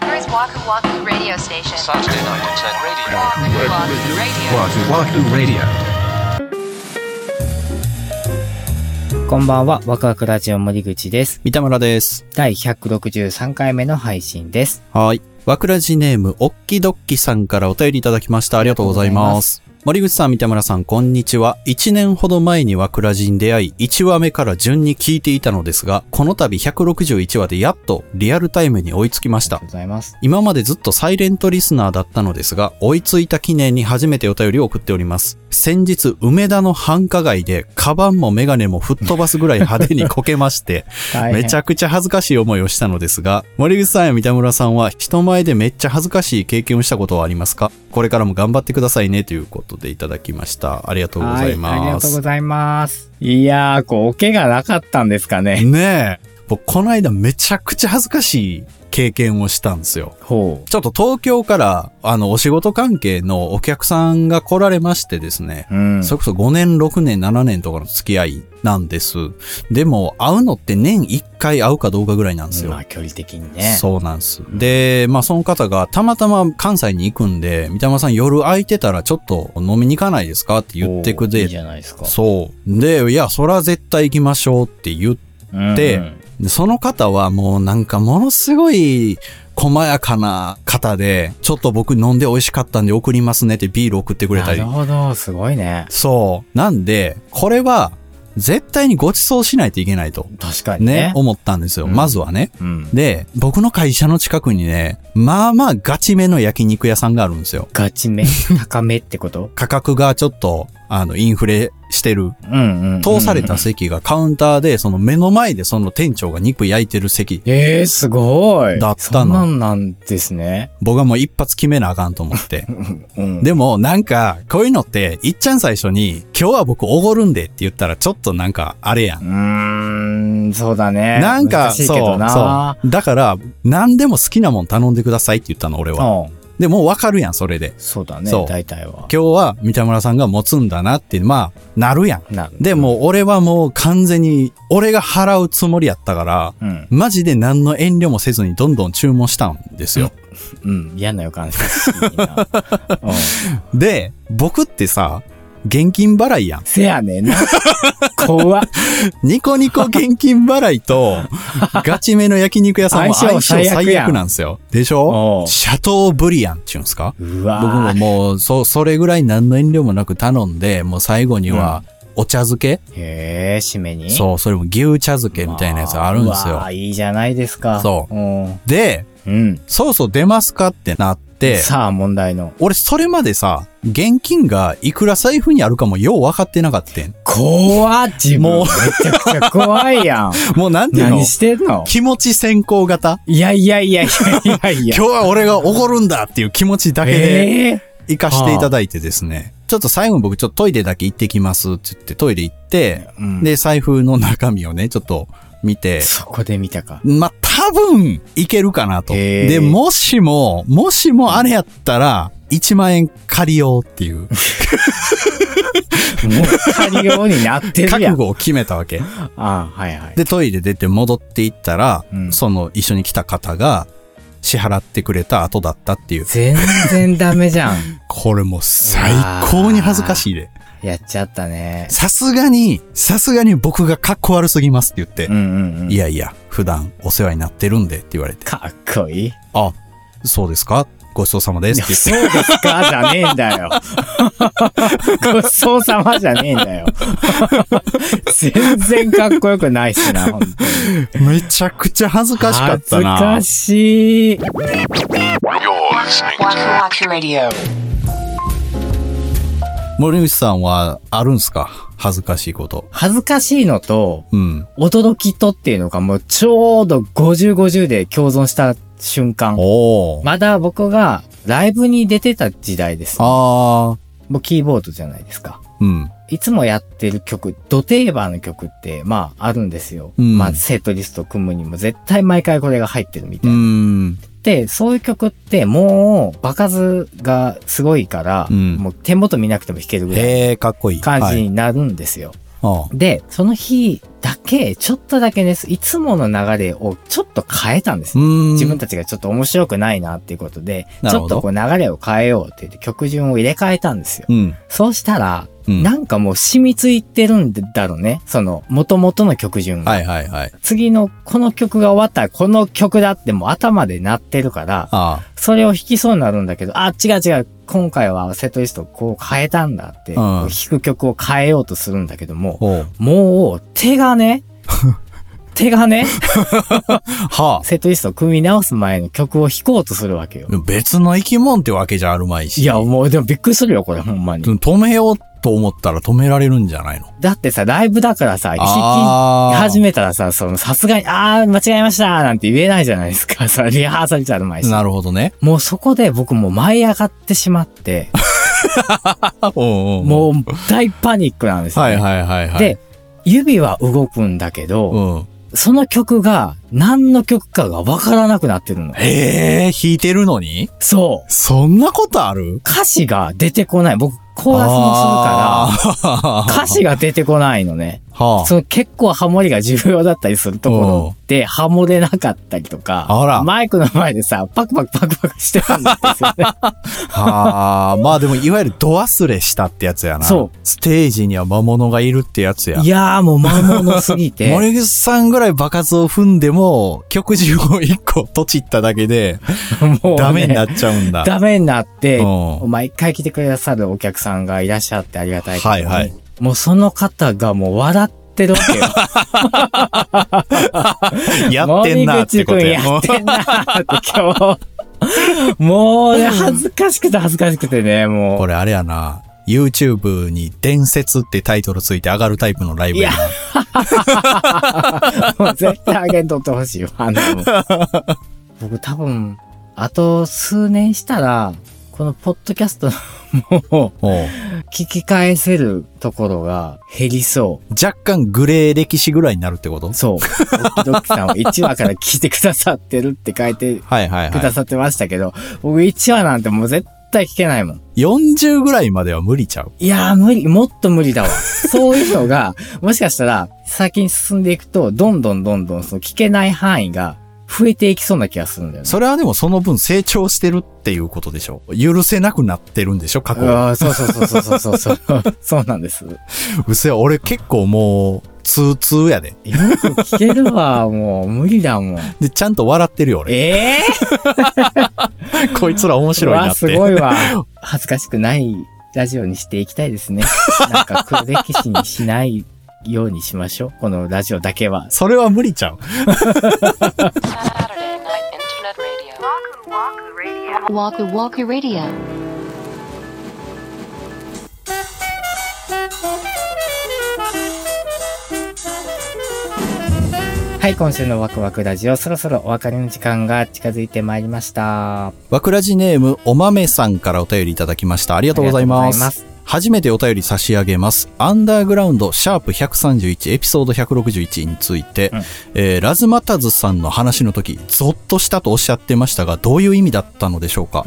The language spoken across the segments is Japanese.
Waku Waku Radio Station. Saturday night at 10 radio. Waku Waku Radio. Wahoo Wahoo Radio. こんばんは、ワクワクラジオ森口です。三田村です。第163回目の配信です。はい。わくらじネーム、おっきどっきさんからお便りいただきました。ありがとうございます。森口さん、三田村さん、こんにちは。1年ほど前にわくらじに出会い、1話目から順に聞いていたのですが、この度161話でやっとリアルタイムに追いつきましありがとたう。ございます。今までずっとサイレントリスナーだったのですが、追いついた記念に初めてお便りを送っております。先日、梅田の繁華街で、カバンもメガネも吹っ飛ばすぐらい派手にこけまして、大変めちゃくちゃ恥ずかしい思いをしたのですが、森口さんや三田村さんは人前でめっちゃ恥ずかしい経験をしたことはありますかこれからも頑張ってくださいねということでいただきました。ありがとうございます。はい、ありがとうございます。いやー、こう、おけがなかったんですかね。ねえ、僕この間めちゃくちゃ恥ずかしい経験をしたんですよ。ほちょっと東京から、あの、お仕事関係のお客さんが来られましてですね、う。うん。それこそ5年、6年、7年とかの付き合いなんです。でも、会うのって年1回会うかどうかぐらいなんですよま。あ、距離的にね。そうなんです。で、まあその方がたまたま関西に行くんで、三田さん夜空いてたらちょっと飲みに行かないですかって言ってくおーいいでじ、ゃないですか。そう。で、いや、そら絶対行きましょうって言って、うんででその方はもうなんかものすごい細やかな方で、ちょっと僕飲んで美味しかったんで送りますねってビール送ってくれたなりる。ほど、すごいね。そう。なんで、これは絶対にご馳走しないといけないと。確かにねね。、思ったんですよ。うんまずはね。うん。で、僕の会社の近くにね、まあまあガチめの焼肉屋さんがあるんですよ。ガチめ、高めってこと価格がちょっと、あの、インフレしてる。うんうん。通された席がカウンターで、その目の前でその店長が肉焼いてる席。えー、すごい。だったのそんなんなんですね。僕はもう一発決めなあかんと思って。うん。でもなんか、こういうのって、いっちゃん最初に、今日は僕おごるんでって言ったらちょっとなんか、あれやんう。ーん、そうだね。なんか、難しいけそどう、なそう。だから、何でも好きなもん頼んでくださいって言ったの、俺は。うんで、もうわかるやん、それで。そうだねそう、大体は。今日は三田村さんが持つんだなって、まあ、なるやん。なで、もう俺はもう完全に、俺が払うつもりやったから、うん、マジで何の遠慮もせずにどんどん注文したんですよ。うん、嫌な予感してるなうん で、僕ってさ、現金払いやん。せやねん な。怖っニコニコ現金払 いと、ガチめの焼肉屋さんは相相性最性悪やん最悪なんですよ。でしおょうシャトーブリアンって言うんですかう僕もわぁ。もう、そ、それぐらい何の遠慮もなく頼んで、もう最後には、お茶漬け、へえ、締めに。そう、それも牛茶漬けみたいなやつあるんですうよわ。ぁいいじゃないですか。そううん。で、うん。そうそう出ますかってなって、さあ、問題の。俺それまでさ、現金がいくら財布にあるかもよう分かってなかっ たん。怖っ自分。もうめちゃくちゃ怖いやん。もうなんていうの何してんの気持ち先行型いやいやいやいやいやいや。今日は俺がおごるんだっていう気持ちだけでえー行かしていただいてですね。ちょっと最後に僕ちょっとトイレだけ行ってきますって言ってトイレ行って、うんで、財布の中身をね、ちょっと見て、そこで見たか。まあ、多分、いけるかなと。へーで、もしも、もしもあれやったら、1万円借りようって いう、もう借りようになってる覚やん。悟を決めたわけ。ああ、はいはい。で、トイレ出て戻っていったら、うんその一緒に来た方が、支払ってくれた後だったっていう。全然ダメじゃん。 これもう最高に恥ずかしいで。やっちゃったね。さすがに、さすがに僕がかっこ悪すぎますって言ってう、んうんうん。いやいや、普段お世話になってるんでって言われて、かっこいい。あ、そうですかごちそうさまですって言ってそうですかじゃねえんだよ。 ごちそうさまじゃねえんだよ。 全然かっこよくないしな、本当に。めちゃくちゃ恥ずかしかったな。恥ずかしい。 You're listening Waku to Waku Radio. 森口さんはあるんすか恥ずかしいこと。恥ずかしいのと、うん。驚きとっていうのがもうちょうど50、50で共存した瞬間。おお。まだ僕がライブに出てた時代です。あもうキーボードじゃないですか。ー。うん。いつもやってる曲、ド定番の曲って、まあ、あるんですよ。うんまあ、セットリスト組むにも絶対毎回これが入ってるみうたいな。ん。で、そういう曲って、もう、場数がすごいから、うんもう手元見なくても弾けるぐらいへえ、かっこいい。感はじいになるんですよ。ああで、その日だけ、ちょっとだけです。いつもの流れをちょっと変えたんですうーね。ん。自分たちがちょっと面白くないなっていうことで、なちるょほっどとこう流れを変えようって言って曲順を入れ替えたんですよ。うん。そうしたら、うん。なんかもう染みついてるんだろうね。その、元々の曲順が。はいはいはい。次のこの曲が終わったらこの曲だってもう頭で鳴ってるから、あそれを弾きそうになるんだけど、あ、違う違う、今回はセットリストをこう変えたんだって、んこう弾く曲を変えようとするんだけどあ。も、ほう。もう手が ね、手がね、はセットリストを組み直す前の曲を弾こうとするわけよあ。。別の生き物ってわけじゃあるまいし。いや、もうでもびっくりするよ、これほんまに。止めようと思ったら止められるんじゃないのだってさ、ライブだからさ、弾きああ。始めたらさ、そのさすがに、あー、間違えましたなんて言えないじゃないですか。 それリハーサルじゃあるまいし。なるほどね。もうそこで僕もう舞い上がってしま って、おうおうおうもう大パニックなんですよ、はいね。はいはいはい。、で、指は動くんだけど、うん。その曲が何の曲かがわからなくなってるの。ええ弾いてるのにそう。そんなことある歌詞が出てこない。僕、コーラスもするあから、ー歌詞が出てこないのね。はその結構ハモリが重要だったりするところで、ハモれなかったりとあらか、マイクの前でさ、パクパクパクパクしてたんですよね。あ。はあ。まあでも、いわゆるド忘れしたってやつやな。。そうステージには魔物がいるってやつや。いやーもう魔物すぎ て。森口さんぐらい爆発を踏んでも、曲中を一個とちっただけで、もうねダメになっちゃうんだ。ダメになって、うん毎回来てくださるお客さんがいらっしゃってありがたいことにはいはいもうその方がもう笑ってるわ けよ。 やってんなってことや。森口くんやってんなって今日。もうね、恥ずかしくて恥ずかしくてね、も これあれやな。YouTube に伝説ってタイトルついて上がるタイプのライブやな。う、もう絶対あげんとってほしいわ。あの僕多分、あと数年したら、このポッドキャストもおう聞き返せるところが減りそう。若干グレー歴史ぐらいになるってことそう。ドキドキさんは1話から聞いてくださってるって書いてはいはいくだはさってましたけど、僕1話なんてもう絶対聞けないもん。い。40ぐらいまでは無理ちゃう。いやー無理、もっと無理だわ。そういうのが、もしかしたら先に進んでいくと、どんどんどんどんその聞けない範囲が増えていきそうな気がするんだよね。それはでもその分成長してるっていうことでしょ。許せなくなってるんでしょ過去は。あーそうそうそうそうそうそうそう。 そうなんです。ようせえ俺結構もう、通通やで。く聞けるわ、もう無理だもん。で、ちゃんと笑ってるよ俺。ええこいつら面ー、白いなわって。すごいわ。恥ずかしくないラジオにしていきたいですね。なんか黒歴史にしないようにしましょう。このラジオだけは。それは無理ちゃう。 Saturday night internet radio. Waku Waku Radio. Waku Waku Radio. はい、今週のワクワクラジオ、そろそろお別れの時間が近づいてまいりました。わくらじネーム、おまめさんからお便りいただきました。ありがとうございまありす。がとうござい初めてお便り差し上げます。アンダーグラウンド、シャープ131、エピソード161について、うんえーラズマタズさんの話の時、ゾッとしたとおっしゃってましたが、どういう意味だったのでしょうか、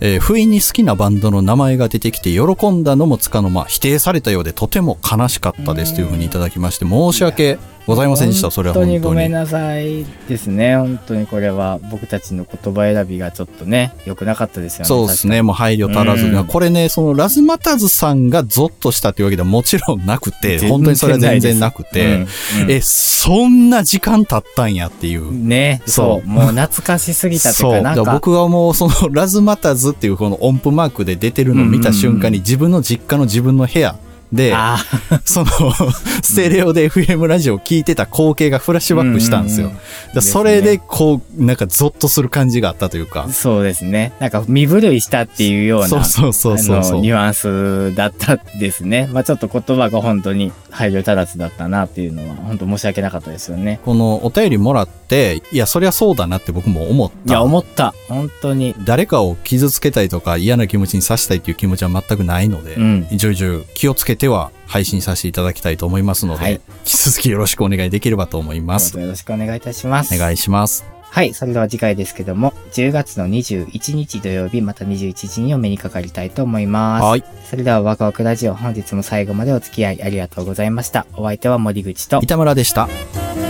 えー不意に好きなバンドの名前が出てきて、喜んだのもつかの間、否定されたようで、とても悲しかったですというふうにいただきまして、申し訳ございませんでした。それは本当に。ごめんなさいですね。本当にこれは僕たちの言葉選びがちょっとね、良くなかったですよね。そうですね。もう配慮足らず、うんこれね、そのラズマタズさんがゾッとしたっていうわけではもちろんなく全て、然本当にそれは全然なく確かに。て、うんうんえ、そんな時間経ったんやっていう。ね、そそうう。もう懐かしすぎたというそう。か、だなかんらか、僕はもうそのラズマタズっていうこの音符マークで出てるのを見た瞬間に自分の実家の自分の部屋で、あーそのステレオで FM ラジオを聞いてた光景がフラッシュバックしたんですよ。うんだからそれでこう、なんかゾッとする感じがあったというか。そうですね。なんか身震いしたっていうような。そうそうそうそうあそうの、。ニュアンスだったですね。まあちょっと言葉が本当に配慮足らずだったなっていうのは、本当申し訳なかったですよね。このお便りもらって、いや、そりゃそうだなって僕も思っいや、た。思った。本当に。誰かを傷つけたいとか嫌な気持ちにさせたいっていう気持ちは全くないので、うん。徐々気をつけては配信させていただきたいと思いますので、はい引き続きよろしくお願いできればと思います。どうぞよろしくお願いいたします。お願いします。はい、それでは次回ですけども、10月の21日土曜日、また21時にお目にかかりたいと思います。はい。それではワクワクラジオ本日も最後までお付き合いありがとうございました。お相手は森口と三田村でした。 「